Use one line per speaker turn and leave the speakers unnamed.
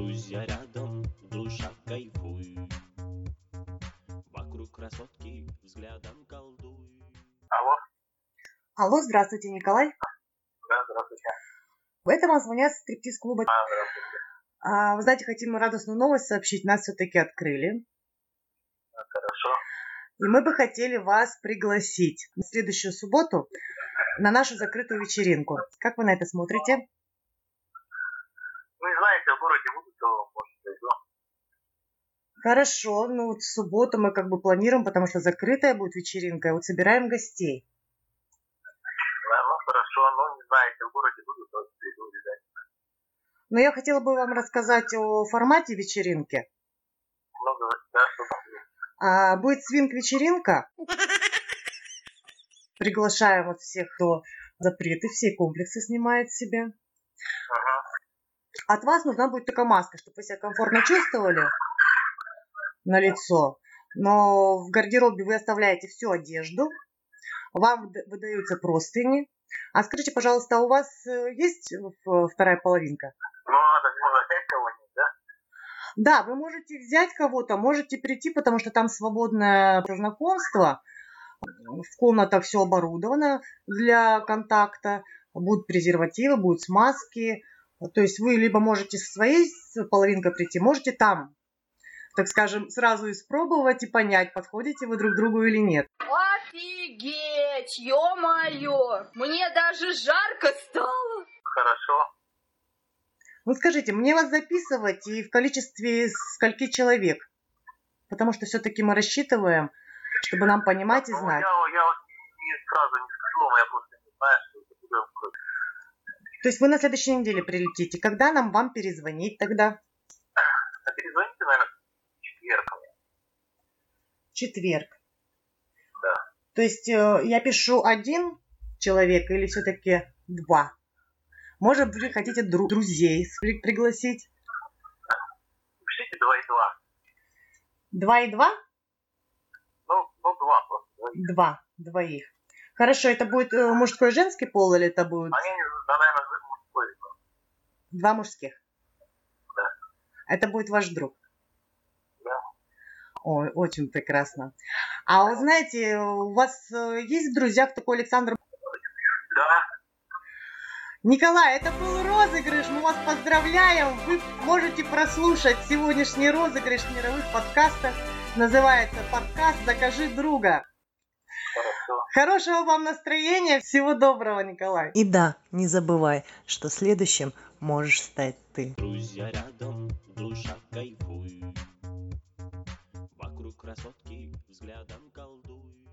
Все рядом, душа кайфуй. Вокруг красотки взглядом колдуй.
Алло,
Алло, здравствуйте, Николай.
да, здравствуйте.
Это вам звонят из стриптиз-клуба.
А, здравствуйте.
А, вы знаете, хотим радостную новость сообщить. Нас все-таки открыли.
А, Хорошо.
И мы бы хотели вас пригласить на следующую субботу на нашу закрытую вечеринку. Как вы на это смотрите?
Ну, не знаете, в городе буду, то, может, зайду.
Хорошо, ну вот в субботу мы как бы планируем, потому что закрытая будет вечеринка, и вот собираем гостей.
Да, ну, хорошо, ну, не знаете, в городе буду, то приду, видать.
Но я хотела бы вам рассказать о формате вечеринки.
Ну, да, да, что там есть.
А, будет свинг-вечеринка. Приглашаем вот всех, кто запреты, все комплексы снимает себе.
Ага.
От вас нужна будет только маска, чтобы вы себя комфортно чувствовали на лицо. Но в гардеробе вы оставляете всю одежду, вам выда- выдаются простыни. А скажите, пожалуйста, а у вас э, есть э, вторая половинка?
Ну, надо же можно взять кого-нибудь, да?
Да, вы можете взять кого-то, можете прийти, потому что там свободное знакомство. В комнатах все оборудовано для контакта. Будут презервативы, будут смазки. То есть вы либо можете со своей с- половинкой прийти, можете там, так скажем, сразу испробовать и понять, подходите вы друг другу или нет.
Офигеть, ё-моё! Мне даже жарко стало!
Хорошо.
Ну скажите, мне вас записывать и в количестве скольки человек? Потому что все-таки мы рассчитываем, чтобы нам понимать и
Ну,
знать.
я, я вот не сразу не скажу, но я просто не знаю, что это будет.
То есть вы на следующей неделе прилетите. Когда нам вам перезвонить тогда?
А перезвоните, наверное, в четверг. мне.
Четверг.
Да.
То есть э, я пишу один человек или все-таки два? Может, вы хотите дру- друзей с- при- пригласить?
Пишите 2 и 2.
Два и два?
Ну, ну, 2 просто. Два и-
Два. Двоих. Хорошо, это будет э, мужской и женский пол или это будет
Они, да, наверное, мужской.
два мужских?
Да.
Это будет ваш друг?
Да.
Ой, очень прекрасно. А вы знаете, у вас э, есть в друзьях такой Александр
Да,
Николай, это был розыгрыш, мы вас поздравляем. Вы можете прослушать сегодняшний розыгрыш в мировых подкастах. Называется подкаст «Закажи друга».
хорошо.
Хорошего вам настроения, всего доброго, Николай.
И да, не забывай, что следующим можешь стать ты.
Друзья рядом, душа кайфуй. Вокруг красотки взглядом колдуй.